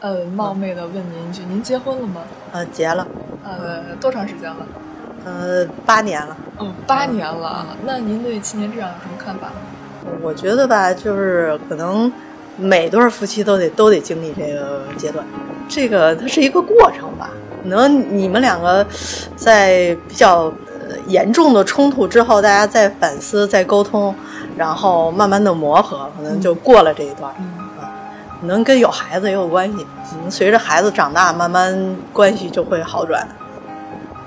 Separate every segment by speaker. Speaker 1: 呃，冒昧的问您一句，您结婚了吗？
Speaker 2: 呃，结了，
Speaker 1: 呃，多长时间了？
Speaker 2: 呃，八年了。
Speaker 1: 嗯，八年了。那您对青年质量有什么看法？
Speaker 2: 我觉得吧，就是可能每对儿夫妻都得都得经历这个阶段，这个它是一个过程吧。可能你们两个在比较呃严重的冲突之后，大家再反思、再沟通，然后慢慢的磨合，可能就过了这一段儿。
Speaker 1: 嗯
Speaker 2: 可能跟有孩子也有关系，可能随着孩子长大，慢慢关系就会好转。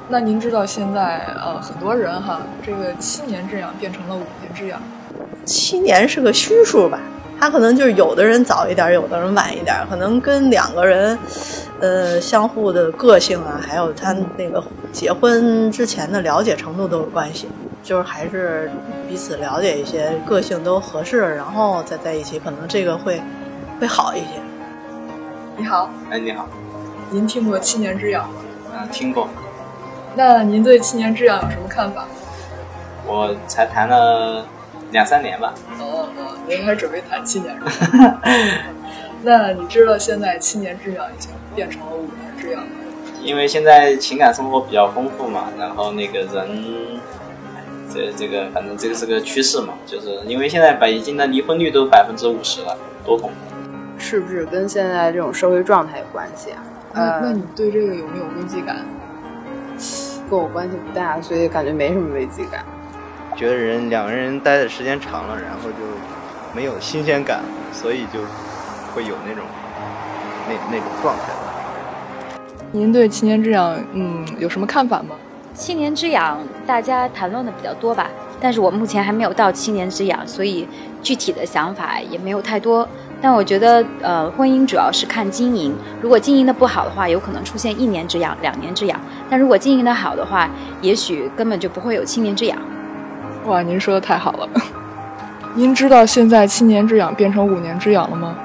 Speaker 1: 那您知道现在呃很多人哈，这个七年之痒变成了五年之痒，
Speaker 2: 七年是个虚数吧，他可能就是有的人早一点，有的人晚一点，可能跟两个人，呃，相互的个性啊，还有他那个结婚之前的了解程度都有关系，就是还是彼此了解一些，个性都合适，然后再在一起，可能这个会会好一些。
Speaker 1: 你好，
Speaker 3: 哎，你好，
Speaker 1: 您听过七年之痒吗？
Speaker 3: 嗯，听过，
Speaker 1: 那您对七年之痒有什么看法？
Speaker 3: 我才谈了两三年吧，
Speaker 1: 哦哦，您还准备谈七年之痒？ 那你知道现在七年之痒已经变成了五年之痒吗？
Speaker 3: 因为现在情感生活比较丰富嘛，然后那个人，哎这这个反正这个是个趋势嘛，就是因为现在北京的离婚率都百分之五十了，多恐怖！
Speaker 4: 是不是跟现在这种社会状态有关系啊？
Speaker 1: 那那
Speaker 4: 呃，
Speaker 1: 你对这个有没有危机感？
Speaker 4: 跟我关系不大，所以感觉没什么危机感。
Speaker 5: 觉得人两个人待的时间长了，然后就没有新鲜感，所以就会有那种那那种状态吧。
Speaker 1: 您对七年之痒嗯有什么看法吗？
Speaker 6: 七年之痒，大家谈论的比较多吧，但是我目前还没有到七年之痒，所以具体的想法也没有太多。但我觉得，呃，婚姻主要是看经营，如果经营的不好的话，有可能出现一年之痒、两年之痒；但如果经营的好的话，也许根本就不会有七年之痒。
Speaker 1: 哇，您说的太好了。 您知道现在七年之痒变成五年之痒了吗？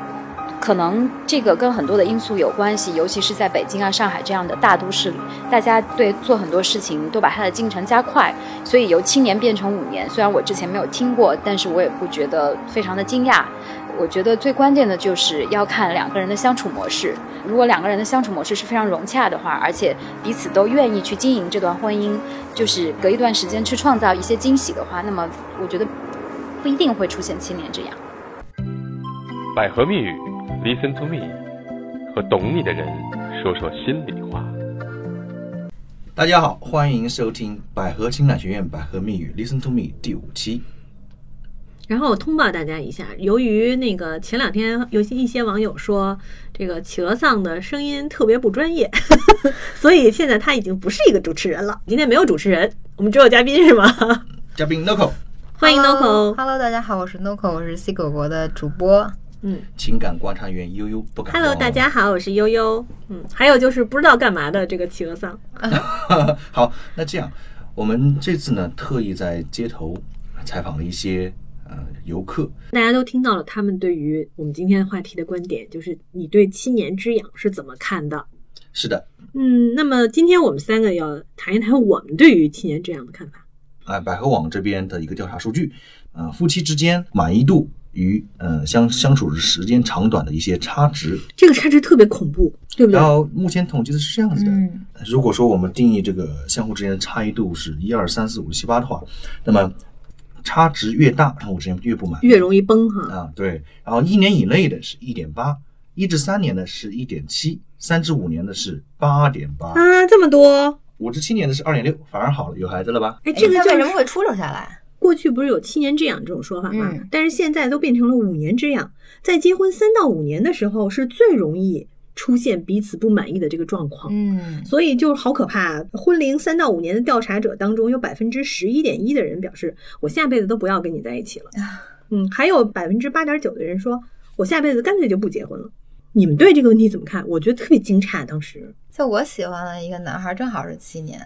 Speaker 6: 可能这个跟很多的因素有关系，尤其是在北京啊、上海这样的大都市里，大家对做很多事情都把它的进程加快，所以由七年变成五年。虽然我之前没有听过，但是我也不觉得非常的惊讶。我觉得最关键的就是要看两个人的相处模式。如果两个人的相处模式是非常融洽的话，而且彼此都愿意去经营这段婚姻，就是隔一段时间去创造一些惊喜的话，那么我觉得不一定会出现七年之痒。
Speaker 7: 百合蜜语，Listen to me，和懂你的人说说心里话。
Speaker 8: 大家好，欢迎收听百合情感学院百合密语 Listen to Me 第五期。
Speaker 9: 然后我通报大家一下，由于那个前两天有一些网友说这个企鹅丧的声音特别不专业， 所以现在他已经不是一个主持人了。今天没有主持人，我们只有嘉宾是吗？
Speaker 8: 嘉宾 Noco，
Speaker 9: 欢迎 Noco，
Speaker 10: Hello，大家好，我是 Noco，我是 C 狗狗的主播。
Speaker 9: 嗯
Speaker 8: 情感观察员悠悠不敢忘
Speaker 9: ，Hello，大家好，我是悠悠。嗯，还有就是不知道干嘛的这个企鹅丧，
Speaker 8: 好。那这样，我们这次呢特意在街头采访了一些呃游客，
Speaker 9: 大家都听到了他们对于我们今天话题的观点，就是你对七年之痒是怎么看的？
Speaker 8: 是的，
Speaker 9: 嗯，那么今天我们三个要谈一谈我们对于七年之痒的看法。
Speaker 8: 啊、百合网这边的一个调查数据，呃，夫妻之间满意度与呃相相处时间长短的一些差值。
Speaker 9: 这个差值特别恐怖，对不对
Speaker 8: 然？后目前统计的是这样子的，
Speaker 10: 嗯，
Speaker 8: 如果说我们定义这个相互之间的差异度是一二三四五七八的话，那么差值越大，相互之间越不满意，
Speaker 9: 越容易崩哈。
Speaker 8: 啊，对。然后一年以内的是一点八，一至三年的是一点七，三至五年的是八点八，
Speaker 9: 啊，这么多！
Speaker 8: 五至七年的是二点六，反而好了，有孩子了吧？
Speaker 9: 哎，这个
Speaker 10: 哎
Speaker 9: 就
Speaker 10: 他为什
Speaker 9: 是
Speaker 10: 么会出溜下来？
Speaker 9: 过去不是有七年之痒这种说法吗？
Speaker 10: 嗯
Speaker 9: 但是现在都变成了五年之痒。在结婚三到五年的时候，是最容易出现彼此不满意的这个状况。
Speaker 10: 嗯，
Speaker 9: 所以就是好可怕。婚龄三到五年的调查者当中，有百分之十一点一的人表示，我下辈子都不要跟你在一起了。
Speaker 10: 啊
Speaker 9: 嗯，还有百分之八点九的人说，我下辈子干脆就不结婚了。你们对这个问题怎么看？我觉得特别惊诧，当时
Speaker 10: 就我喜欢了一个男孩，正好是七年。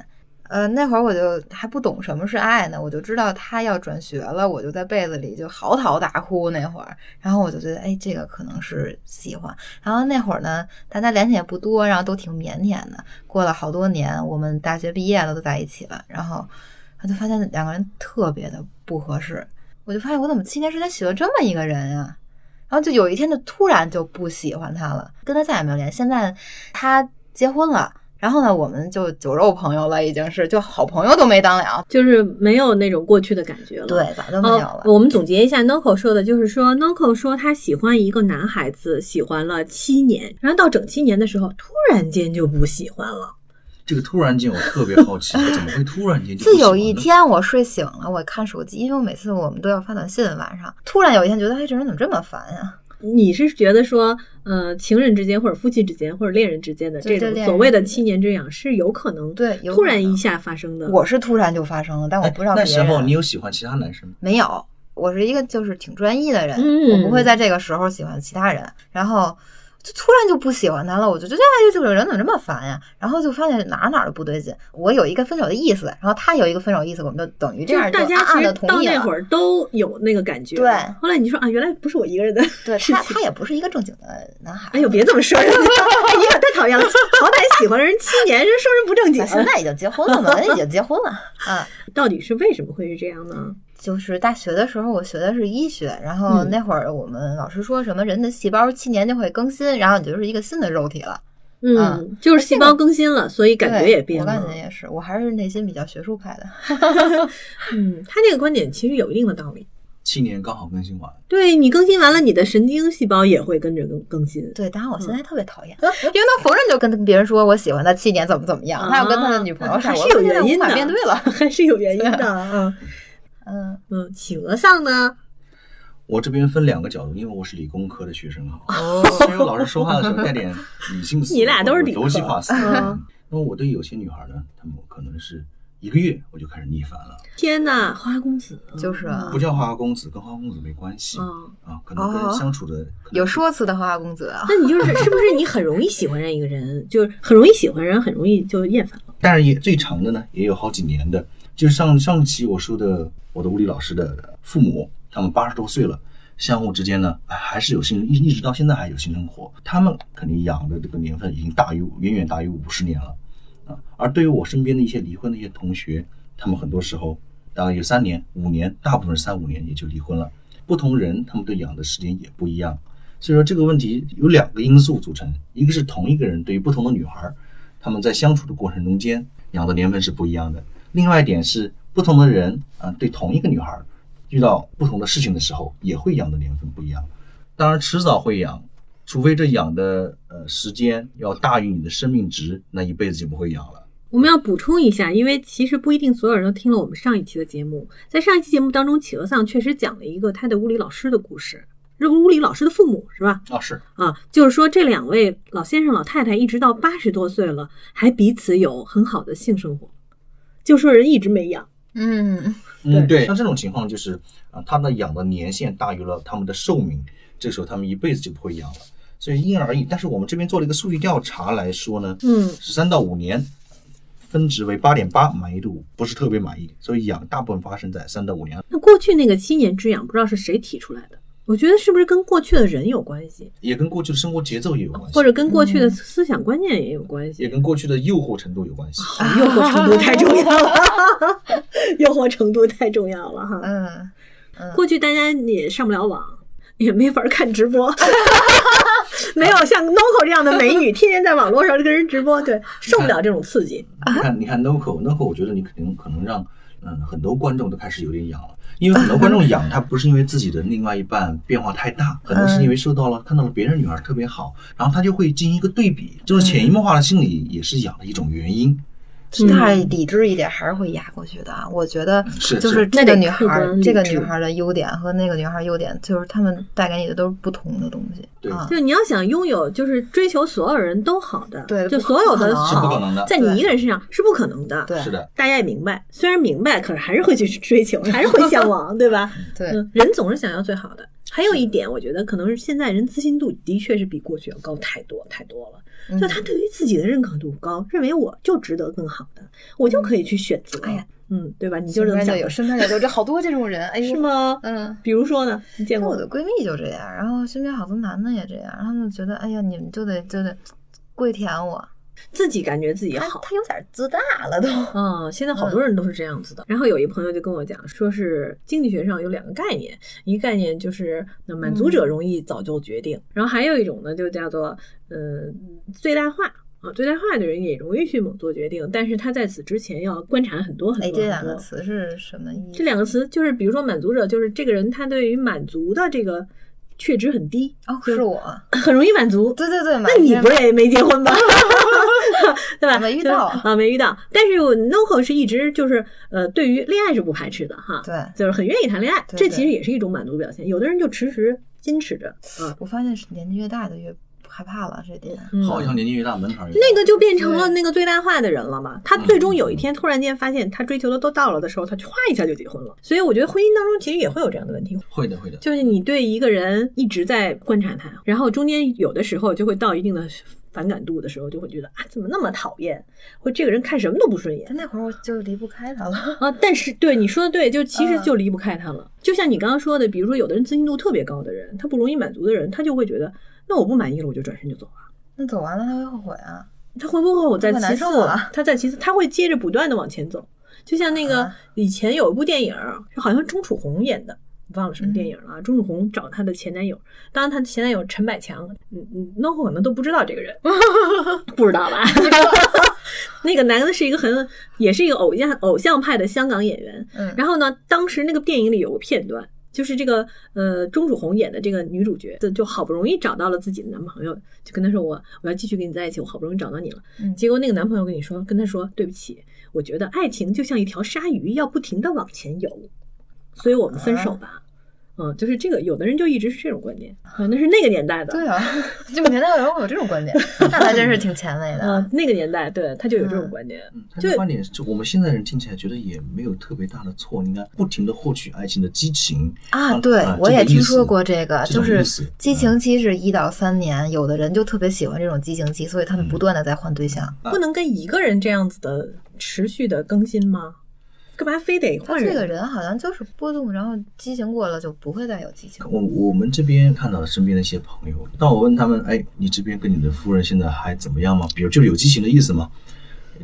Speaker 10: 呃，那会儿我就还不懂什么是爱呢，我就知道他要转学了，我就在被子里就嚎啕大哭那会儿，然后我就觉得，哎，这个可能是喜欢。然后那会儿呢，大家联系也不多，然后都挺腼腆的。过了好多年，我们大学毕业了，都在一起了，然后他就发现两个人特别的不合适，我就发现我怎么七年之间喜欢这么一个人啊？然然后就有一天就突然就不喜欢他了，跟他再也没有联系。现在他结婚了，然后呢，我们就酒肉朋友了，已经是就好朋友都没当了，
Speaker 9: 就是没有那种过去的感觉了。
Speaker 10: 对，嗯早就没有了。
Speaker 9: 哦我们总结一下 Noco 说的，就是说 Noco 说他喜欢一个男孩子，喜欢了七年，然后到整七年的时候，突然间就不喜欢了。
Speaker 8: 这个突然间我特别好 奇，怎么会突然间就不
Speaker 10: 自
Speaker 8: 喜欢
Speaker 10: 有一
Speaker 8: 呢
Speaker 10: 天我睡醒了，我看手机，因为我每次我们都要发短信，晚上突然有一天觉得，哎，这人怎么这么烦呀、
Speaker 9: 你是觉得说，呃，情人之间或者夫妻之间或者恋人之间的
Speaker 10: 对
Speaker 9: 这
Speaker 10: 就恋
Speaker 9: 种
Speaker 10: 人
Speaker 9: 所谓的七年之痒是有可能
Speaker 10: 对有
Speaker 9: 突
Speaker 10: 可
Speaker 9: 然
Speaker 10: 能
Speaker 9: 一下发
Speaker 8: 嗯
Speaker 9: 生的。
Speaker 10: 我是突然就发生了，但我不知道
Speaker 8: 哎那
Speaker 10: 别
Speaker 8: 时
Speaker 10: 人。
Speaker 8: 候你有喜欢其他男生吗？
Speaker 10: 没有，我是一个就是挺专一的人，
Speaker 9: 嗯
Speaker 10: 我不会在这个时候喜欢其他人。然后就突然就不喜欢他了，我就觉得哎，这个人怎么这么烦呀？然后就发现哪儿哪儿都不对劲。我有一个分手的意思，然后他有一个分手意思，我们就等于这
Speaker 9: 就
Speaker 10: 样
Speaker 9: 是大
Speaker 10: 就
Speaker 9: 家
Speaker 10: 暗
Speaker 9: 其
Speaker 10: 暗
Speaker 9: 实
Speaker 10: 的同
Speaker 9: 到
Speaker 10: 意
Speaker 9: 那
Speaker 10: 了。
Speaker 9: 会儿都有那个感觉，
Speaker 10: 对
Speaker 9: 后来你说啊，原来不是我一个人的
Speaker 10: 对
Speaker 9: 事
Speaker 10: 他，
Speaker 9: 情
Speaker 10: 他。也不是一个正经的男孩。
Speaker 9: 哎呦，别这么说 人家，哎呀，太讨厌了！好歹喜欢人七年，人说人不正 经
Speaker 10: 那。现在已经结婚 了嘛，人已经结婚了啊。
Speaker 9: 到底是为什么会是这样呢？
Speaker 10: 就是大学的时候，我学的是医学，然后
Speaker 9: 嗯
Speaker 10: 那会儿我们老师说什么人的细胞七年就会更新，然后你就是一个新的肉体了。
Speaker 9: 嗯
Speaker 10: 嗯，
Speaker 9: 就是细胞更新了，所以感觉
Speaker 10: 对
Speaker 9: 也变
Speaker 10: 我感觉
Speaker 9: 了。
Speaker 10: 也是，我还是内心比较学术派的。
Speaker 9: 嗯，他这个观点其实有一定的道理。
Speaker 8: 七年刚好更新完，
Speaker 9: 对你更新完了，你的神经细胞也会跟着更更新。
Speaker 10: 对，当然我现
Speaker 9: 嗯
Speaker 10: 在特别讨厌，因为他逢人就跟别人说我喜欢他七年怎么怎么样，他要跟他的女朋友
Speaker 9: 啊
Speaker 10: 上，
Speaker 9: 还
Speaker 10: 我
Speaker 9: 是有
Speaker 10: 现在
Speaker 9: 原因
Speaker 10: 无法
Speaker 9: 的，
Speaker 10: 面对了。
Speaker 9: 还是有原因
Speaker 10: 啊
Speaker 9: 的。嗯
Speaker 10: 嗯，
Speaker 9: 嗯，企鹅上呢？
Speaker 8: 我这边分两个角度，因为我是理工科的学生哈， 所以我老师说话的时候带点理性思维，
Speaker 9: 哦 你俩都是理科
Speaker 8: 逻辑化思维。
Speaker 9: 嗯
Speaker 8: 那么我对有些女孩呢，她们可能是一个月我就开始逆反了，
Speaker 9: 天呐，花公子
Speaker 10: 就是啊
Speaker 8: 不叫花花公子，跟花花公子没关系
Speaker 9: 嗯，
Speaker 8: 啊，可能跟
Speaker 10: 哦
Speaker 8: 相处的可能
Speaker 10: 有说辞的花花 公子啊，
Speaker 9: 那你就是是不是你很容易喜欢上一个人，就是很容易喜欢上，很容易就厌烦了？
Speaker 8: 但是也最长的呢，也有好几年的。就上上期我说的，我的物理老师的父母，他们八十多岁了，相互之间呢，哎还是有性，一一直到现在还有性生活。他们肯定养的这个年份已经大于远远大于五十年了啊。而对于我身边的一些离婚的一些同学，他们很多时候大概有三年、五年，大部分是三五年也就离婚了。不同人，他们对养的时间也不一样。所以说这个问题有两个因素组成，一个是同一个人对于不同的女孩，他们在相处的过程中间养的年份是不一样的。另外一点是，不同的人啊、对同一个女孩遇到不同的事情的时候，也会养的年份不一样。当然，迟早会养，除非这养的呃时间要大于你的生命值，那一辈子就不会养了。
Speaker 9: 我们要补充一下，因为其实不一定所有人都听了我们上一期的节目。在上一期节目当中，企鹅丧确实讲了一个他的物理老师的故事，这个物理老师的父母是吧？
Speaker 8: 啊，是
Speaker 9: 啊，就是说这两位老先生、老太太一直到八十多岁了，还彼此有很好的性生活，就说人一直没养。
Speaker 10: 嗯，
Speaker 8: 嗯，
Speaker 9: 对
Speaker 8: 对，像这种情况就是啊，他的养的年限大于了他们的寿命，这时候他们一辈子就不会养了，所以因人而异。但是我们这边做了一个数据调查来说呢，
Speaker 9: 嗯
Speaker 8: 十三到五年，分值为八点八，满意度不是特别满意，所以养大部分发生在三到五年。
Speaker 9: 那过去那个七年之痒，不知道是谁提出来的？我觉得是不是跟过去的人有关系，
Speaker 8: 也跟过去的生活节奏也有关系，
Speaker 9: 或者跟过去的思想观念也有关系
Speaker 8: 也？跟过去的诱惑程度有关系。
Speaker 9: 好诱惑程度太重要了， 诱惑程度太重要了哈。
Speaker 10: 嗯，
Speaker 9: 过去大家也上不了网，也没法看直播， 没有像 NOCO 这样的美女天天在网络上跟人直播，对，受不了这种刺激。
Speaker 8: 你看，你看 Noco，Noco，我觉得你肯定可能让嗯很多观众都开始有点痒了，因为很多观众痒，他不是因为自己的另外一半变化太大，很
Speaker 9: 嗯
Speaker 8: 多是因为受到了看到了别人女孩特别好，然后他就会进行一个对比，这种潜移默化的心理也是痒的一种原因。
Speaker 9: 嗯
Speaker 10: 但是理智一点还是会压过去的。啊我觉得
Speaker 8: 是
Speaker 10: 就是
Speaker 8: 是
Speaker 10: 这个女孩
Speaker 9: 那得客观
Speaker 10: 儿，
Speaker 9: 理
Speaker 10: 这个
Speaker 9: 智
Speaker 10: 女孩儿的优点和那个女孩儿优点，就是她们带给你的都是不同的东西。
Speaker 8: 对
Speaker 10: 啊
Speaker 9: 就，是你要想拥有，就是追求所有人都好的，
Speaker 10: 对
Speaker 9: 就所有的
Speaker 10: 不可能是
Speaker 8: 不可
Speaker 9: 好
Speaker 8: 能的，
Speaker 9: 在你一个人身上是不可能的。
Speaker 10: 对
Speaker 8: 是的，
Speaker 9: 大家也明白，虽然明白，可是还是会去追求， 还是会向往，对吧？
Speaker 10: 对，
Speaker 9: 嗯，人总是想要最好的。还有一点，我觉得可能是现在人自信度的确是比过去要高太多太多了。
Speaker 10: 嗯
Speaker 9: 就他对于自己的认可度高，认为我就值得更好的，我就可以去选择。
Speaker 10: 嗯哎呀，
Speaker 9: 嗯，对吧？你就是
Speaker 10: 身
Speaker 9: 这么
Speaker 10: 边
Speaker 9: 想
Speaker 10: 就
Speaker 9: 的
Speaker 10: 有，，身边就有这好多这种 人，哎呦，
Speaker 9: 是？吗？
Speaker 10: 嗯。
Speaker 9: 比如说呢，你见
Speaker 10: 那
Speaker 9: 过吗
Speaker 10: 我的闺蜜就这样，然后身边好多男的也这样，他们觉得，哎呀，你们就得就得跪舔我，
Speaker 9: 自己感觉自己好。
Speaker 10: 他有点自大了都。
Speaker 9: 嗯，现在好多人都是这样子的。然后有一朋友就跟我讲，说是经济学上有两个概念，一个概念就是那满足
Speaker 10: 嗯
Speaker 9: 者容易早就决定，然后还有一种呢就叫做嗯最大化。啊，最大化的人也容易去猛做决定，但是他在此之前要观察很多很多
Speaker 10: 哎，
Speaker 9: 很多。
Speaker 10: 这两个词是什么意思？
Speaker 9: 嗯这两个词就是，比如说满足者，就是这个人他对于满足的这个确值很低，
Speaker 10: 哦，是我，
Speaker 9: 很容易满 足。
Speaker 10: 对对对，
Speaker 9: 那你不是也没结婚 吗？ 对吧？
Speaker 10: 没遇
Speaker 9: 就是
Speaker 10: 到
Speaker 9: 啊，没遇到。但是我 NoCo 是一直就是呃，对于恋爱是不排斥的哈，
Speaker 10: 对，
Speaker 9: 就是很愿意谈恋爱，
Speaker 10: 对
Speaker 9: 这
Speaker 10: 对
Speaker 9: 其实也是一种满足表现。有的人就迟迟坚持着，啊，
Speaker 10: 我发现是年纪越大就越害怕了，这点。
Speaker 9: 嗯
Speaker 8: 好像年纪越大门槛儿越
Speaker 9: 那个就变成了那个最大化的人了嘛。他最终有
Speaker 10: 嗯
Speaker 9: 一天突然间发现他追求的都到了的时候，他歘一下就结婚了。所以我觉得婚姻当中其实也会有这样的问题，
Speaker 8: 会的会的，
Speaker 9: 就是你对一个人一直在观察他，然后中间有的时候就会到一定的反感度的时候，就会觉得啊，怎么那么讨厌，或这个人看什么都不顺眼。
Speaker 10: 那会儿我就离不开他了。
Speaker 9: 啊，但是对你说的对，就其实就离不开他了。就像你刚刚说的，比如说有的人自信度特别高的人，他不容易满足的人，他就会觉得，那我不满意了，我就转身就走了。
Speaker 10: 那走完了他会后悔啊。
Speaker 9: 他会不会我再
Speaker 10: 他会
Speaker 9: 其
Speaker 10: 难
Speaker 9: 次
Speaker 10: 受啊？
Speaker 9: 他再其次，他会接着不断的往前走。就像那
Speaker 10: 啊
Speaker 9: 个以前有一部电影儿，好像钟楚红演的，忘了什么
Speaker 10: 嗯
Speaker 9: 电影了啊。钟楚红找她的前男友，当然她的前男友陈百强，嗯嗯，NoHo 可能都不知道这个 人，不知道吧？ 那个男的是一个很，也是一个偶像偶像派的香港演员。
Speaker 10: 嗯
Speaker 9: 然后呢，当时那个电影里有个片段，就是这个呃钟楚红演的这个女主角，就就好不容易找到了自己的男朋友，就跟他说我我要继续跟你在一起，我好不容易找到你了。
Speaker 10: 嗯
Speaker 9: 结果那个男朋友跟你说，跟他说对不起，我觉得爱情就像一条鲨鱼，要不停的往前游，所以我们分手吧。
Speaker 10: 啊
Speaker 9: 嗯，就是这个，有的人就一直是这种观念，啊，那是那个年代的，
Speaker 10: 对啊， 就年代有人会有这种 观点，那他真是挺前卫的。
Speaker 9: 嗯，那个年代，对，他就有这种观念，
Speaker 10: 嗯
Speaker 8: 他这嗯观点就我们现在人听起来觉得也没有特别大的错，你应该不停的获取爱情的激情
Speaker 10: 啊，对，我也听说过这个，
Speaker 8: 这
Speaker 10: 就
Speaker 8: 种
Speaker 10: 是
Speaker 8: 意思
Speaker 10: 激情期是一到三年，有的人就特别喜欢这种激情期，所以他们不断的在换对象。
Speaker 9: 不能跟一个人这样子的持续的更新吗？干嘛非得
Speaker 10: 他
Speaker 9: 换人？
Speaker 10: 这个人好像就是波动，然后激情过了就不会再有激情。
Speaker 8: 我我们这边看到了身边的一些朋友，当我问他们，哎，你这边跟你的夫人现在还怎么样吗？比如就是有激情的意思吗？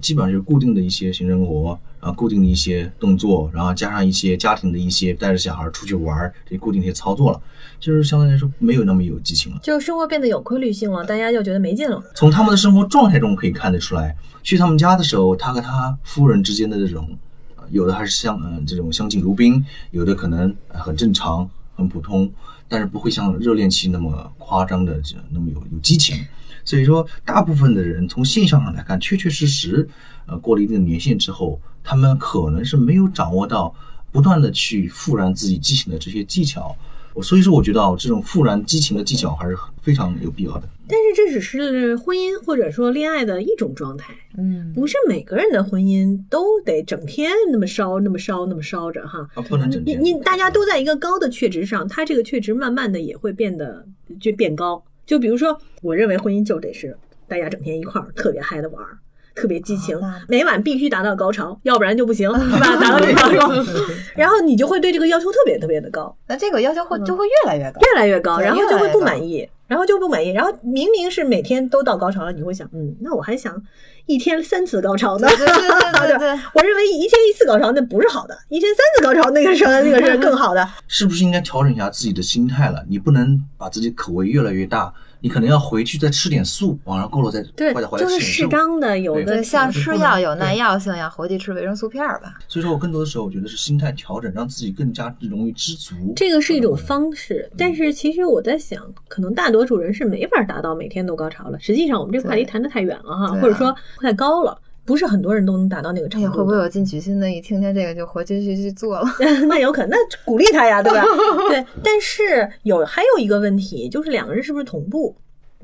Speaker 8: 基本上就是固定的一些性生活，然后固定的一些动作，然后加上一些家庭的一些带着小孩出去玩儿这固定的一些操作了，就是相对来说没有那么有激情了。
Speaker 9: 就生活变得有规律性了，大家就觉得没劲了。
Speaker 8: 从他们的生活状态中可以看得出来，去他们家的时候，他和他夫人之间的这种，呃有的还是像嗯、这种相敬如宾，有的可能呃很正常、很普通，但是不会像热恋期那么夸张的这那么有有激情。所以说，大部分的人从现象上来看，确确实实，呃，过了一定的年限之后，他们可能是没有掌握到不断的去复燃自己激情的这些技巧。我所以说，我觉得啊，这种复燃激情的技巧还是很非常有必要的。
Speaker 9: 但是这只是婚姻或者说恋爱的一种状态，
Speaker 10: 嗯，
Speaker 9: 不是每个人的婚姻都得整天那么烧、那么烧、那么烧着哈。
Speaker 8: 啊，不能整
Speaker 9: 你
Speaker 8: 天。
Speaker 9: 你大家都在一个高的确值上，它这个确值慢慢的也会变得就变高。就比如说，我认为婚姻就得是大家整天一块儿特别嗨的玩儿，特别激情，
Speaker 10: 啊
Speaker 9: 每晚必须达到高潮，要不然就不 行，是吧？达到这个高潮，然后你就会对这个要求特别特别的高。
Speaker 10: 那这个要求会就会越来越高。
Speaker 9: 嗯越来越高，
Speaker 10: 对
Speaker 9: 然后
Speaker 10: 越来
Speaker 9: 就会
Speaker 10: 越
Speaker 9: 不
Speaker 10: 高
Speaker 9: 满意，然后就不满意，然后明明是每天都到高潮了，你会想，嗯，那我还想一天三次高潮呢。
Speaker 10: 对对对对对，
Speaker 9: 我认为一天一次高潮那不是好的，一天三次高潮那个是那个是更好的。
Speaker 8: 是不是应该调整一下自己的心态了？你不能把自己口味越来越大，你可能要回去再吃点素，往上够了再回来回来吃点素。
Speaker 9: 的，有
Speaker 8: 对
Speaker 10: 对，像吃药有耐
Speaker 8: 对
Speaker 10: 药性呀，回去吃维生素片儿吧。
Speaker 8: 所以说我更多的时候，我觉得是心态调整，让自己更加容易知足。
Speaker 9: 这个是
Speaker 10: 嗯
Speaker 9: 一种方式，但是其实我在想，可能大多数人是没法达到每天都高潮了。实际上，我们这个话题谈的太远了哈，
Speaker 10: 对啊
Speaker 9: 或者说太高了，不是很多人都能达到那个
Speaker 10: 哎
Speaker 9: 程
Speaker 10: 呀，
Speaker 9: 度。
Speaker 10: 会不会有进取心的？一听见这个就回去去去做了？
Speaker 9: 那有可能，那鼓励他呀，对吧？对，但是有还有一个问题，就是两个人是不是同步？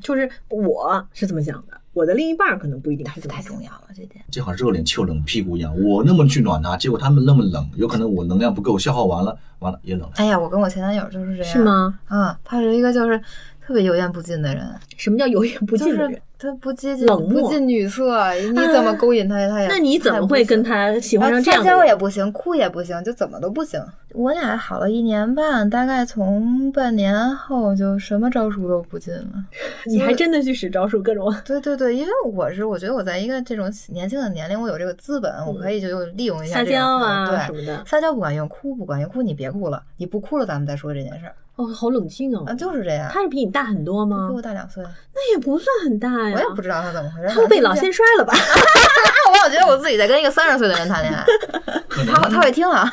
Speaker 9: 就是我是这么想的，我的另一半儿可能不一定是这么
Speaker 10: 太
Speaker 9: 想
Speaker 10: 重要了，这点。
Speaker 8: 就好像热脸贴冷屁股一样，我那么去暖他，结果他们那么冷，有可能我能量不够，消耗完了，完了也冷了。
Speaker 10: 哎呀，我跟我前男友就是这样。
Speaker 9: 是？吗？
Speaker 10: 嗯，他是一个就是特别油盐不进的人，
Speaker 9: 什么叫油盐不进
Speaker 10: 就
Speaker 9: 的
Speaker 10: 是
Speaker 9: 人？
Speaker 10: 他不接近，
Speaker 9: 冷漠
Speaker 10: 不近 女色，你怎么勾引他？他也
Speaker 9: 那你怎么会跟他喜欢上这样的
Speaker 10: 哎撒
Speaker 9: 人？
Speaker 10: 娇也不行，哭也不行，就怎么都不行。我俩好了一年半，大概从半年后就什么招数都不进了。
Speaker 9: 你还真的去使招数，各种
Speaker 10: 对对对，因为我是我觉得我在一个这种年轻的年龄，我有这个资本，我可以就利用一下
Speaker 9: 嗯撒
Speaker 10: 这种
Speaker 9: 娇啊
Speaker 10: 对
Speaker 9: 什么的
Speaker 10: 撒娇不管用，哭不管用，哭你别哭了，你不哭了咱们再说这件事儿
Speaker 9: 哦，好冷静哦。
Speaker 10: 啊，就是这样。
Speaker 9: 他啊是比你大很多吗
Speaker 10: 比？我大两岁，
Speaker 9: 那也不算很大呀。
Speaker 10: 我也不知道他怎么回事。
Speaker 9: 他会被老
Speaker 10: 先
Speaker 9: 先摔了吧？
Speaker 10: 我老觉得我自己在跟一个三十岁的人谈恋爱，他他会听啊。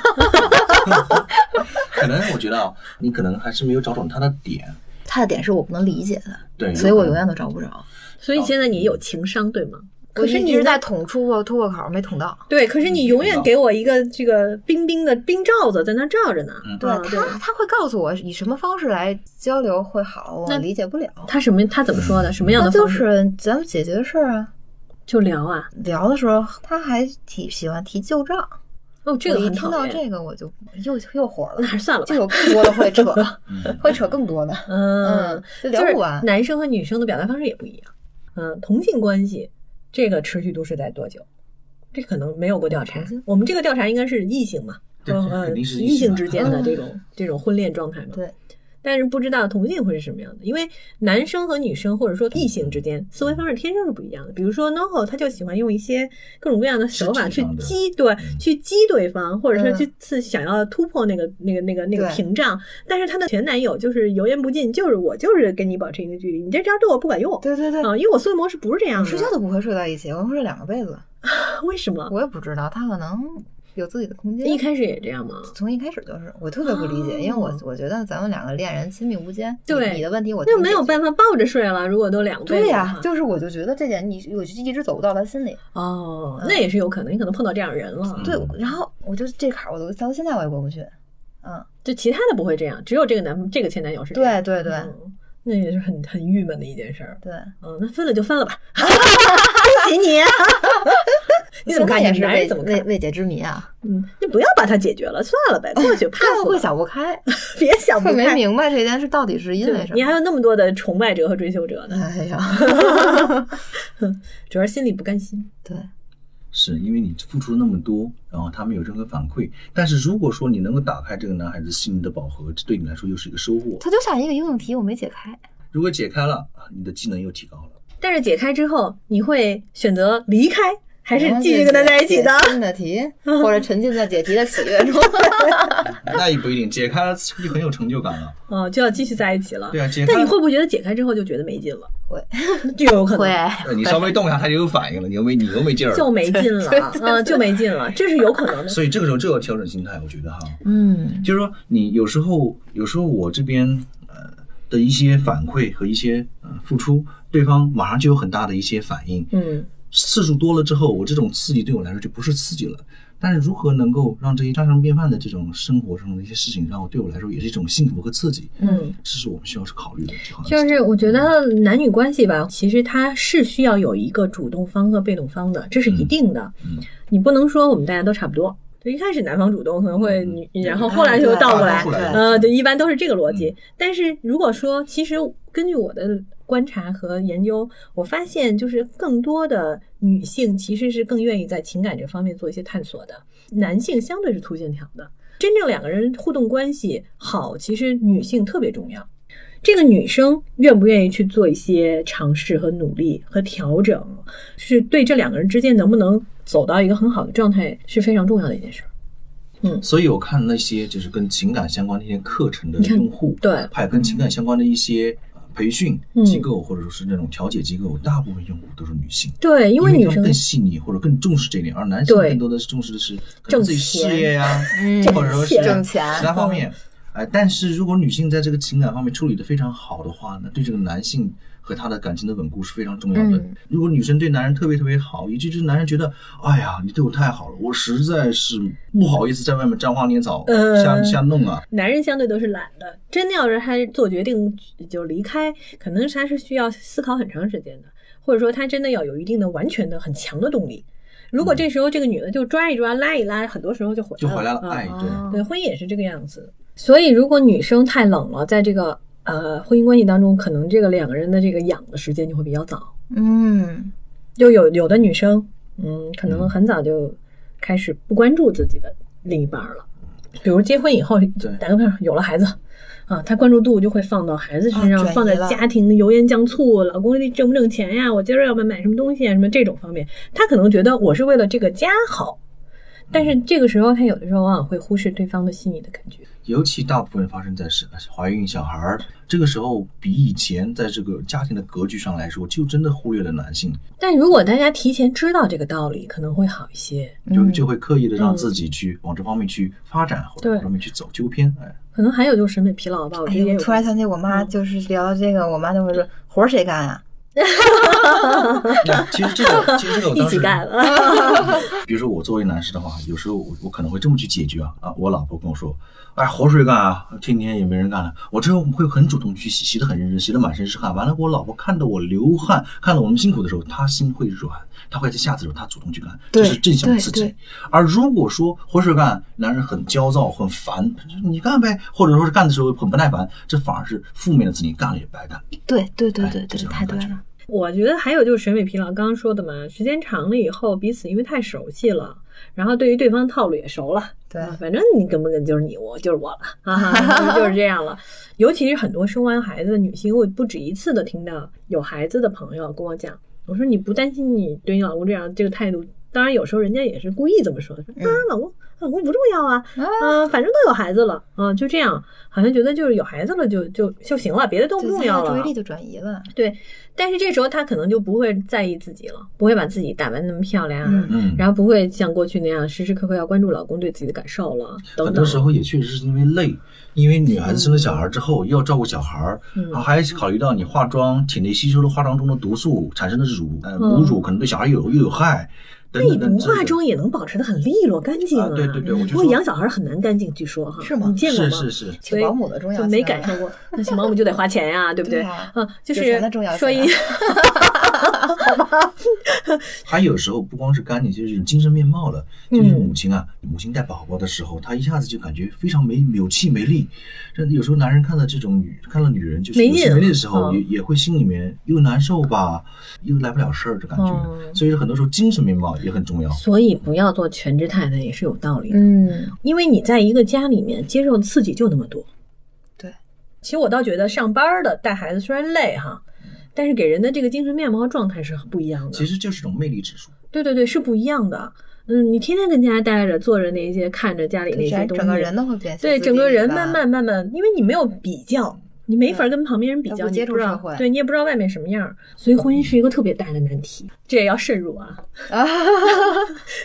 Speaker 8: 可能我觉得啊，你可能还是没有找准他的点。
Speaker 10: 他的点是我不能理解的，
Speaker 8: 对，嗯
Speaker 10: 所以我永远都找不着。
Speaker 9: 所以
Speaker 10: 哦
Speaker 9: 现在你有情商对吗？可是
Speaker 10: 我一
Speaker 9: 你
Speaker 10: 直在
Speaker 9: 在
Speaker 10: 捅出过突破口，没捅到。
Speaker 9: 对，可是你永远给我一个这个冰冰的冰罩子在那罩着呢。
Speaker 8: 嗯
Speaker 10: 嗯对
Speaker 9: 啊
Speaker 10: 他，他会告诉我以什么方式来交流会好，我
Speaker 9: 那
Speaker 10: 理解不了。
Speaker 9: 他什么？他怎么说的？什么样
Speaker 10: 那
Speaker 9: 的
Speaker 10: 就
Speaker 9: 方式？
Speaker 10: 是咱们解决的事儿啊。
Speaker 9: 就聊啊。
Speaker 10: 聊的时候，他还提喜欢提旧账，
Speaker 9: 哦，这个
Speaker 10: 我一
Speaker 9: 很
Speaker 10: 听
Speaker 9: 讨
Speaker 10: 到
Speaker 9: 厌。
Speaker 10: 这个我就又又火了
Speaker 9: 那，还是算了吧
Speaker 10: 就。有更多的会扯，会扯更多 的。
Speaker 9: 嗯
Speaker 10: 嗯，就聊不完
Speaker 9: 就是男生和女生的表达方式也不一样。嗯，同性关系这个持续度是在多久？这可能没有过调查。
Speaker 10: 嗯
Speaker 9: 我们这个调查应该是异性嘛，
Speaker 8: 对
Speaker 9: 嗯
Speaker 8: 肯定
Speaker 9: 嗯
Speaker 8: 是
Speaker 9: 异
Speaker 8: 异性
Speaker 9: 性
Speaker 8: 嘛
Speaker 9: 之间的
Speaker 10: 嗯
Speaker 9: 这种这种婚恋状态嘛。
Speaker 10: 对，
Speaker 9: 但是不知道同性会是什么样的，因为男生和女生或者说异性之间思维方式天生是不一样的。比如说 NoHo 他就喜欢用一些各种各样的手
Speaker 8: 肢
Speaker 9: 法
Speaker 8: 体
Speaker 9: 去
Speaker 8: 上的
Speaker 9: 激对去激对方，或者说
Speaker 10: 嗯
Speaker 9: 去刺想要突破那个那个那个那个
Speaker 10: 对
Speaker 9: 屏障。但是她的前男友就是油盐不进，就是我就是跟你保持一定距离，你这招对我不管用。
Speaker 10: 对对对，
Speaker 9: 啊，因为我思维模式不是这样的。
Speaker 10: 睡觉都不会睡到一起，我们睡两个被子，
Speaker 9: 为什么？
Speaker 10: 我也不知道他可能有自己的空间。
Speaker 9: 一开始也这样吗？
Speaker 10: 从一开始就是，我特别不理解，
Speaker 9: 哦
Speaker 10: 因为我我觉得咱们两个恋人亲密无间，
Speaker 9: 对
Speaker 10: 你你的问题我
Speaker 9: 那没有
Speaker 10: 法。
Speaker 9: 办法抱着睡了，如果都两倍
Speaker 10: 对呀、
Speaker 9: 就
Speaker 10: 就是我就觉得这点你我就一直走不到他心里。
Speaker 9: 哦，那也是有可能，你可能碰到这样的人了。
Speaker 10: 对，然后我就这坎儿我都到现在我也过不去。嗯，
Speaker 9: 就其他的不会这样，只有这个男这个前男友是这
Speaker 10: 对
Speaker 9: 样。
Speaker 10: 对对、
Speaker 9: 嗯那也是很很郁闷的一件事儿。
Speaker 10: 对，
Speaker 9: 嗯，那分了就分了吧，恭喜你。啊 你怎么看？
Speaker 10: 现在也
Speaker 9: 你
Speaker 10: 是
Speaker 9: 男人
Speaker 10: 未
Speaker 9: 怎么看
Speaker 10: 未？未解之谜啊？
Speaker 9: 嗯，就不要把它解决了，算了呗，过去 pass
Speaker 10: 但哎会
Speaker 9: 了，
Speaker 10: 想不开，
Speaker 9: 别 想不
Speaker 10: 会没
Speaker 9: 开。
Speaker 10: 明白这件事到底是因为
Speaker 9: 对
Speaker 10: 什
Speaker 9: 你还
Speaker 10: 么。
Speaker 9: 有那么多的崇拜者和追求者呢，
Speaker 10: 哎呀，
Speaker 9: 主要是心里不甘心。
Speaker 10: 对，
Speaker 8: 是因为你付出那么多，然后他没有任何反馈。但是如果说你能够打开这个男孩子心灵的宝盒，这对你来说又是一个收获。
Speaker 10: 它就像一个应用题，我没解开。
Speaker 8: 如果解开了，啊你的技能又提高了。
Speaker 9: 但是解开之后，你会选择离开， 还是
Speaker 10: 然后
Speaker 9: 继续
Speaker 10: 就
Speaker 9: 跟他
Speaker 10: 解
Speaker 9: 在一起
Speaker 10: 哎解
Speaker 9: 呢？
Speaker 10: 新的题，或者沉浸在解题的喜悦 中。
Speaker 8: 哎那也不一定，解开了就很有成就感了。
Speaker 9: 哦，就要继续在一起了。
Speaker 8: 对啊，解开
Speaker 9: 但你会不会觉得解开之后就觉得没劲了？
Speaker 10: 会，
Speaker 9: 就有可能
Speaker 10: 会，
Speaker 8: 对呃你稍微动一下，他就有反应了，你又没你又没劲儿了。
Speaker 9: 就没劲了，嗯，就没劲了，这是有可 能的。
Speaker 8: 所以这个时候就要调整心态，我觉得哈，
Speaker 10: 嗯，
Speaker 8: 就是说你有时候，有时候我这边呃的一些反馈和一些呃付出，对方马上就有很大的一些反应，
Speaker 9: 嗯，
Speaker 8: 次数多了之后，我这种刺激对我来说就不是刺激了。但是如何能够让这些家常便饭的这种生活上的一些事情，让我对我来说也是一种幸福和刺激，
Speaker 9: 嗯，
Speaker 8: 这是我们需要去考虑的。这好像
Speaker 9: 就是我觉得男女关系吧，其实它是需要有一个主动方和被动方的，这是一定的。
Speaker 8: 嗯嗯
Speaker 9: 你不能说我们大家都差不多。就一开始男方主动可能会
Speaker 8: 嗯
Speaker 9: 女，然后后来就
Speaker 10: 对
Speaker 9: 倒过
Speaker 8: 大
Speaker 9: 来
Speaker 8: 多数，人
Speaker 9: 呃，对，一般都是这个逻
Speaker 8: 嗯
Speaker 9: 辑。但是如果说，其实根据我的观察和研究，我发现就是更多的女性其实是更愿意在情感这方面做一些探索的，男性相对是粗线条的。真正两个人互动关系好，其实女性特别重要。这个女生愿不愿意去做一些尝试和努力和调整，是对这两个人之间能不能走到一个很好的状态是非常重要的一件事儿。
Speaker 8: 所以我看那些就是跟情感相关的一些课程的
Speaker 9: 你看
Speaker 8: 用户，
Speaker 9: 对
Speaker 8: 还有跟情感相关的一些呃培训
Speaker 9: 嗯
Speaker 8: 机构，或者说是那种调解机构，大部分用户都是女性。
Speaker 9: 对，因
Speaker 8: 因为
Speaker 9: 为女
Speaker 8: 他们
Speaker 9: 生
Speaker 8: 更细腻，或者更重视这一点，而男性
Speaker 9: 对
Speaker 8: 更多的是重视的是可能
Speaker 9: 挣
Speaker 8: 自己
Speaker 9: 钱嗯
Speaker 8: 事业呀、
Speaker 10: 嗯
Speaker 8: 或者说是
Speaker 10: 挣钱
Speaker 8: 其他方面。哎，但是如果女性在这个情感方面处理的非常好的话，那对这个男性和他的感情的稳固是非常重要的。
Speaker 10: 嗯
Speaker 8: 如果女生对男人特别特别好，以至于这男人觉得，哎呀，你对我太好了，我实在是不好意思在外面沾花惹草，
Speaker 9: 嗯
Speaker 8: 瞎瞎弄啊。
Speaker 9: 男人相对都是懒的，真的要是他做决定就离开，可能他是需要思考很长时间的，或者说他真的要有一定的完全的很强的动力。如果这时候这个女的就抓一抓、拉一拉，很多时候就回来
Speaker 8: 就回来了，
Speaker 9: 嗯
Speaker 8: 哎，对，
Speaker 9: 对，婚姻也是这个样子。所以，如果女生太冷了，在这个呃婚姻关系当中，可能这个两个人的这个养的时间就会比较早。
Speaker 10: 嗯，
Speaker 9: 就有有的女生，嗯，可能很早就开始不关注自己的另一半了，比如结婚以后，打个比方，有了孩子。啊，她关注度就会放到孩子身上，
Speaker 10: 啊转
Speaker 9: 放在
Speaker 10: 移了
Speaker 9: 家庭油盐酱醋，老公挣不挣钱呀？我今儿要不要买什么东西啊？什么这种方面，她可能觉得我是为了这个家好，但
Speaker 10: 嗯
Speaker 9: 是这个时候她有的时候往往会忽视对方的细腻的感觉。
Speaker 8: 尤其大部分发生在是怀孕小孩儿这个时候，比以前在这个家庭的格局上来说，就真的忽略了男性，
Speaker 9: 但如果大家提前知道这个道理，可能会好一些。
Speaker 8: 就就会刻意的让
Speaker 9: 嗯
Speaker 8: 自己去往这方面去发展，或者
Speaker 9: 对
Speaker 8: 往这方面去走纠偏，哎。
Speaker 9: 可能还有就是审美疲劳吧，我觉
Speaker 10: 哎
Speaker 9: 得也
Speaker 10: 呦，
Speaker 9: 有。嗯
Speaker 10: 我突然想起我妈，就是聊到这个，我妈就会说：“活儿谁干啊
Speaker 8: 那其实这个，其实这个我
Speaker 9: 一
Speaker 8: 当
Speaker 9: 起
Speaker 8: 时，
Speaker 9: 干了，
Speaker 8: 比如说我作为男士的话，有时候我我可能会这么去解决啊啊，我老婆跟我说，哎，活水干啊，天天也没人干了，我这会很主动去洗，洗的很认真，洗的满身是汗。完了，我老婆看到我流汗，看到我们辛苦的时候，她心会软，她会在下次的时候她主动去干，这
Speaker 2: 对
Speaker 8: 是正向的刺
Speaker 10: 对
Speaker 8: 激
Speaker 10: 对。
Speaker 8: 而如果说活水干，男人很焦躁、很烦，你干呗，或者说是干的时候很不耐烦，这反而是负面的刺激，干了也白干。？”
Speaker 10: 对对对
Speaker 8: 哎
Speaker 10: 对对，
Speaker 8: 这种
Speaker 10: 太对
Speaker 8: 感觉
Speaker 10: 了。
Speaker 9: 我觉得还有就是审美疲劳，刚刚说的嘛，时间长了以后，彼此因为太熟悉了，然后对于对方套路也熟了，
Speaker 10: 对
Speaker 9: 啊反正你根不跟就是你，我就是我了，哈 哈，就是这样了。尤其是很多生完孩子的女性，我不止一次的听到有孩子的朋友跟我讲，我说你不担心你对你老公这样这个态度？当然有时候人家也是故意这么说的，说啊
Speaker 10: 嗯，
Speaker 9: 老公，老公不重要啊，嗯、反正都有孩子了，嗯、就这样，好像觉得就是有孩子了就就就行了，别的都不
Speaker 10: 对，
Speaker 9: 重
Speaker 10: 大家
Speaker 9: 要
Speaker 10: 注
Speaker 9: 了
Speaker 10: 意。力就转移了。
Speaker 9: 但是这时候他可能就不会在意自己了，不会把自己打扮那么漂亮啊，
Speaker 10: 嗯，
Speaker 8: 嗯，
Speaker 9: 然后不会像过去那样时时刻刻要关注老公对自己的感受了，等
Speaker 8: 很
Speaker 9: 等
Speaker 8: 多。时候也确实是因为累，因为女孩子生了小孩之后、要照顾小孩儿，
Speaker 9: 嗯
Speaker 8: 啊还考虑到你化妆体内吸收了化妆中的毒素产生的乳，呃，母乳可能对小孩有又有害，等
Speaker 9: 嗯那
Speaker 8: 等
Speaker 9: 你
Speaker 8: 等
Speaker 9: 不
Speaker 8: 之类的。
Speaker 9: 化妆也能保持的很利落干净
Speaker 8: 啊对对对我就
Speaker 9: 不过
Speaker 8: 说
Speaker 9: 养小孩很难干净，据说哈，
Speaker 10: 是吗
Speaker 9: 你见过
Speaker 8: 是
Speaker 9: 吗？
Speaker 8: 是是，
Speaker 10: 请保姆的重要
Speaker 9: 就
Speaker 10: 性
Speaker 9: 没
Speaker 10: 啊
Speaker 9: 感受过， 那请保姆就得花钱呀、对不对？
Speaker 10: 对啊
Speaker 9: 嗯，就
Speaker 10: 有钱
Speaker 9: 是
Speaker 10: 的重要性啊
Speaker 9: 说一，
Speaker 8: 还有时候不光是干净，就是精神面貌了。
Speaker 10: 嗯
Speaker 8: 就是母亲啊，母亲带宝宝的时候，她一下子就感觉非常没有气没力。这有时候男人看到这种女看到女人就是
Speaker 9: 没
Speaker 8: 有气
Speaker 9: 劲
Speaker 8: 没力的时候，
Speaker 9: 嗯
Speaker 8: 也也会心里面又难受吧，又来不了事儿这感觉。
Speaker 9: 嗯
Speaker 8: 所以说很多时候精神面貌也很重要。
Speaker 9: 所以不要做全职太太也是有道理的。
Speaker 10: 嗯，
Speaker 9: 因为你在一个家里面接受的刺激就那么多。
Speaker 10: 对，
Speaker 9: 其实我倒觉得上班儿的带孩子虽然累哈，但是给人的这个精神面貌和状态是很不一样的。
Speaker 8: 其实就是一种魅力指数。
Speaker 9: 对对对，是不一样的。嗯，你天天跟家待着，做着那些，看着家里那
Speaker 10: 对
Speaker 9: 些
Speaker 10: 整
Speaker 9: 东西，
Speaker 10: 整个人都会变小
Speaker 9: 对
Speaker 10: 自
Speaker 9: 整个
Speaker 10: 闭
Speaker 9: 人
Speaker 10: 吧
Speaker 9: 慢慢慢慢，因为你没有比较，你没法
Speaker 10: 对
Speaker 9: 跟旁边人比
Speaker 10: 要
Speaker 9: 较，
Speaker 10: 不
Speaker 9: 你
Speaker 10: 接
Speaker 9: 不
Speaker 10: 触
Speaker 9: 知
Speaker 10: 社
Speaker 9: 道
Speaker 10: 会
Speaker 9: 对你也不知道外面什么样儿，所以婚姻是一个特别大的难题，这也要慎入啊。
Speaker 10: 啊。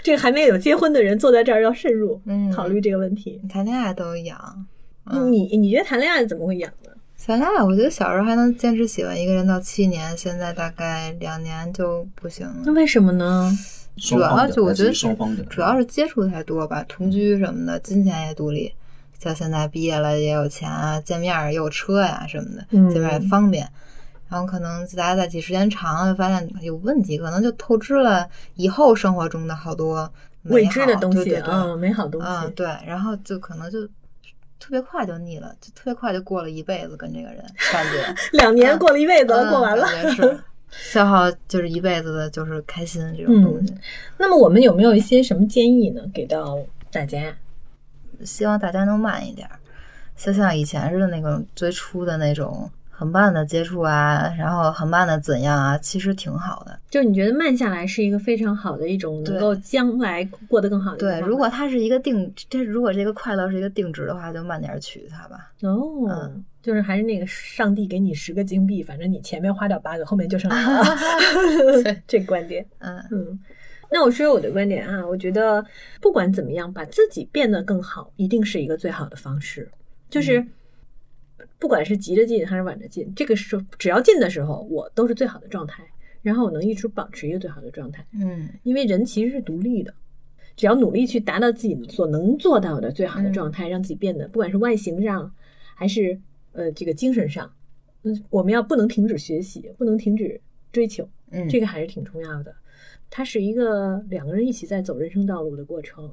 Speaker 9: 这个还没有结婚的人坐在这儿要慎入，
Speaker 10: 嗯
Speaker 9: 考虑这个问题。
Speaker 10: 你谈恋爱都一样，
Speaker 9: 那
Speaker 10: 嗯，
Speaker 9: 你你觉得谈恋爱怎么会养呢？
Speaker 10: 谈恋爱，我觉得小时候还能坚持喜欢一个人到七年，现在大概两年就不行了。
Speaker 9: 为什么呢？
Speaker 8: 双
Speaker 10: 主要
Speaker 8: 方的
Speaker 10: 是我
Speaker 8: 来
Speaker 10: 觉
Speaker 8: 自于
Speaker 10: 得
Speaker 8: 双方的，
Speaker 10: 主要是接触太多吧，同居什么的，金钱也独立，像现在毕业了也有钱啊，见面儿也有车呀、什么的，
Speaker 9: 嗯
Speaker 10: 见面儿也方便。然后可能大家在一起时间长了，发现有问题，可能就透支了以后生活中的好多美
Speaker 9: 未知的
Speaker 10: 好
Speaker 9: 东西，
Speaker 10: 对对对，
Speaker 9: 嗯，美好东西。
Speaker 10: 嗯，对，然后就可能就特别快就腻了，就特别快就过了一辈子跟这个人，感觉
Speaker 9: 两年过了一辈子了，
Speaker 10: 嗯
Speaker 9: 过完了。
Speaker 10: 感觉是消耗就是一辈子的，就是开心这种东西。
Speaker 9: 那么我们有没有一些什么建议呢？给到大家？嗯
Speaker 10: 希望大家能慢一点儿，就像以前似的那种最初的那种很慢的接触啊，然后很慢的怎样啊，其实挺好的。
Speaker 9: 就是你觉得慢下来是一个非常好的一种能
Speaker 10: 对
Speaker 9: 够将来过得更好的一个
Speaker 10: 对，
Speaker 9: 方法
Speaker 10: 如果它是一个定，这如果这个快乐是一个定值的话，就慢点儿取它吧。
Speaker 9: 哦
Speaker 10: 嗯，
Speaker 9: 就是还是那个上帝给你十个金币，反正你前面花掉八个，后面就剩俩了
Speaker 10: 对。
Speaker 9: 这个观点，
Speaker 10: 嗯，
Speaker 9: 嗯。那我说说我的观点啊，我觉得不管怎么样，把自己变得更好，一定是一个最好的方式。就是不管是急着进还是晚着进，这个时候只要进的时候，我都是最好的状态，然后我能一直保持一个最好的状态。
Speaker 10: 嗯，
Speaker 9: 因为人其实是独立的，只要努力去达到自己所能做到的最好的状态，让自己变得不管是外形上，还是呃这个精神上，嗯，我们要不能停止学习，不能停止追求，
Speaker 10: 嗯
Speaker 9: 这个还是挺重要的。它是一个两个人一起在走人生道路的过程，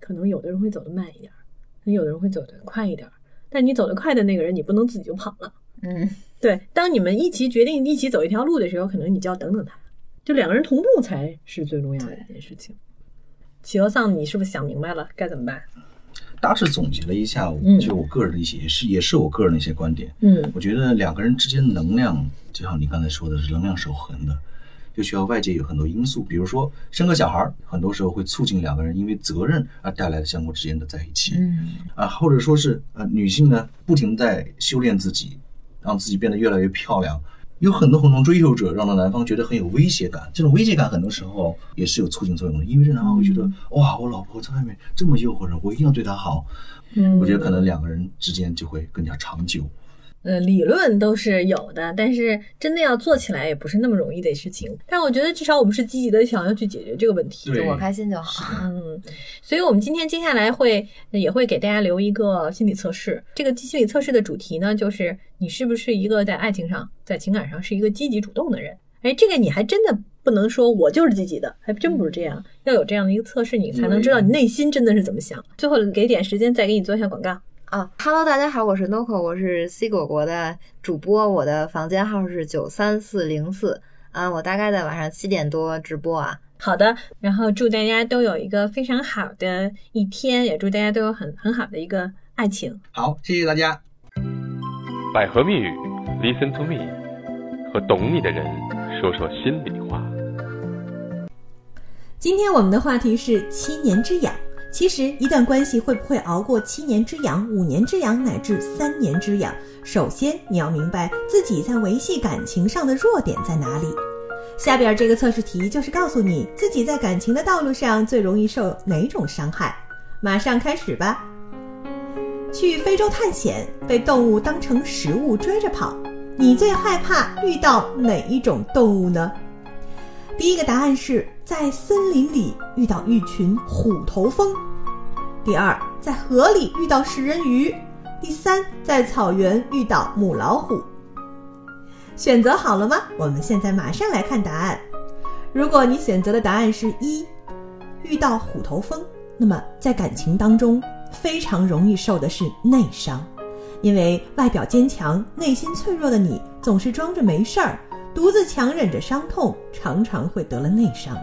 Speaker 9: 可能有的人会走得慢一点儿，可能有的人会走得快一点儿，但你走得快的那个人，你不能自己就跑了。
Speaker 10: 嗯，
Speaker 9: 对，当你们一起决定一起走一条路的时候，可能你就要等等他，就两个人同步才是最重要的一件事情。企鹅桑，你是不是想明白了该怎么办？
Speaker 8: 大致总结了一下，
Speaker 9: 嗯
Speaker 8: 就我个人的一些，也是也是我个人的一些观点。
Speaker 9: 嗯
Speaker 8: 我觉得两个人之间的能量，就像你刚才说的是能量守恒的，就需要外界有很多因素，比如说生个小孩，儿，很多时候会促进两个人因为责任而带来的相互之间的在一起。
Speaker 10: 嗯
Speaker 8: 啊，或者说是呃，女性呢不停地在修炼自己，让自己变得越来越漂亮。有很多很多追求者，让到男方觉得很有威胁感。这种威胁感很多时候也是有促进作用的，因为这男方会觉得、哇，我老婆在外面这么诱惑人，我一定要对她好。
Speaker 9: 嗯
Speaker 8: 我觉得可能两个人之间就会更加长久。
Speaker 9: 呃，理论都是有的，但是真的要做起来也不是那么容易的事情。但我觉得至少我们是积极的想要去解决这个问题。
Speaker 10: 就我开心就好。
Speaker 9: 嗯，所以我们今天接下来会也会给大家留一个心理测试。这个心理测试的主题呢，就是你是不是一个在爱情上、在情感上是一个积极主动的人？哎，这个你还真的不能说我就是积极的，还真不是这样。要有这样的一个测试，你才能知道你内心真的是怎么想。最后给点时间再给你做一下广告。
Speaker 10: 啊哈喽，大家好，我是 Noco，我是 C 果果的主播，我的房间号是九三四零四啊，我大概在晚上七点多直播啊。
Speaker 9: 好的，然后祝大家都有一个非常好的一天，也祝大家都有很很好的一个爱情。
Speaker 8: 好，谢谢大家。
Speaker 7: 百合蜜语，Listen to me，和懂你的人说说心里话。
Speaker 2: 今天我们的话题是七年之痒。其实，一段关系会不会熬过七年之痒、五年之痒乃至三年之痒，首先你要明白自己在维系感情上的弱点在哪里。下边这个测试题就是告诉你自己在感情的道路上最容易受哪种伤害。马上开始吧。去非洲探险，被动物当成食物追着跑，你最害怕遇到哪一种动物呢？第一个答案是在森林里遇到一群虎头蜂；第二，在河里遇到食人鱼；第三，在草原遇到母老虎。选择好了吗？我们现在马上来看答案。如果你选择的答案是一，遇到虎头蜂，那么在感情当中非常容易受的是内伤，因为外表坚强、内心脆弱的你总是装着没事儿，独自强忍着伤痛，常常会得了内伤。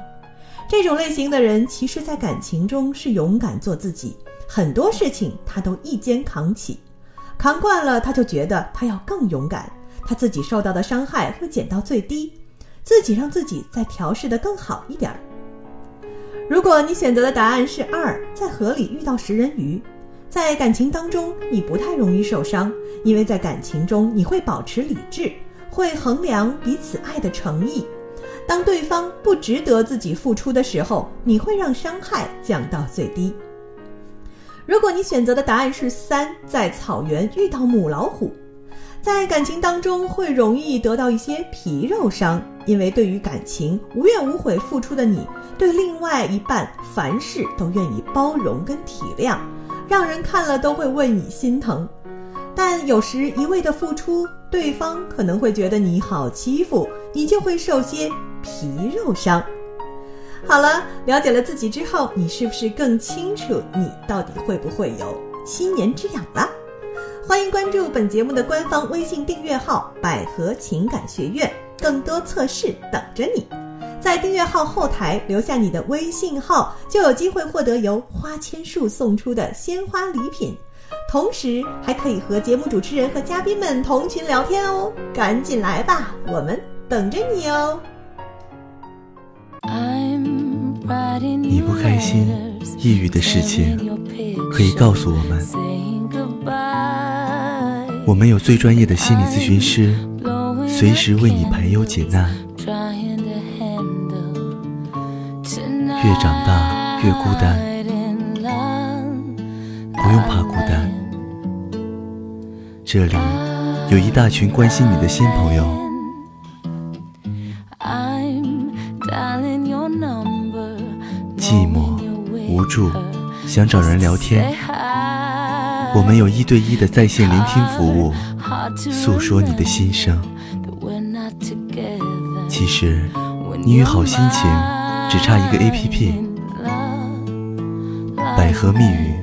Speaker 2: 这种类型的人，其实在感情中是勇敢做自己，很多事情他都一肩扛起，扛惯了他就觉得他要更勇敢，他自己受到的伤害会减到最低，自己让自己再调试的更好一点儿。如果你选择的答案是二，在河里遇到食人鱼，在感情当中你不太容易受伤，因为在感情中你会保持理智，会衡量彼此爱的诚意。当对方不值得自己付出的时候，你会让伤害降到最低。如果你选择的答案是三，在草原遇到母老虎，在感情当中会容易得到一些皮肉伤，因为对于感情无怨无悔付出的你，对另外一半凡事都愿意包容跟体谅，让人看了都会为你心疼。但有时一味的付出，对方可能会觉得你好欺负，你就会受些皮肉伤。好了，了解了自己之后，你是不是更清楚你到底会不会有七年之痒了？欢迎关注本节目的官方微信订阅号“百合情感学院”，更多测试等着你。在订阅号后台留下你的微信号，就有机会获得由花千树送出的鲜花礼品，同时还可以和节目主持人和嘉宾们同群聊天哦。赶紧来吧，我们等着你哦。
Speaker 6: 你不开心、抑郁的事情，可以告诉我们。我们有最专业的心理咨询师，随时为你排忧解难。越长大越孤单，不用怕孤单。这里有一大群关心你的新朋友。寂寞、无助，想找人聊天，我们有一对一的在线聆听服务，诉说你的心声。其实，你与好心情只差一个 APP，百合蜜语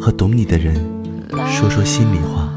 Speaker 6: 和懂你的人说说心里话。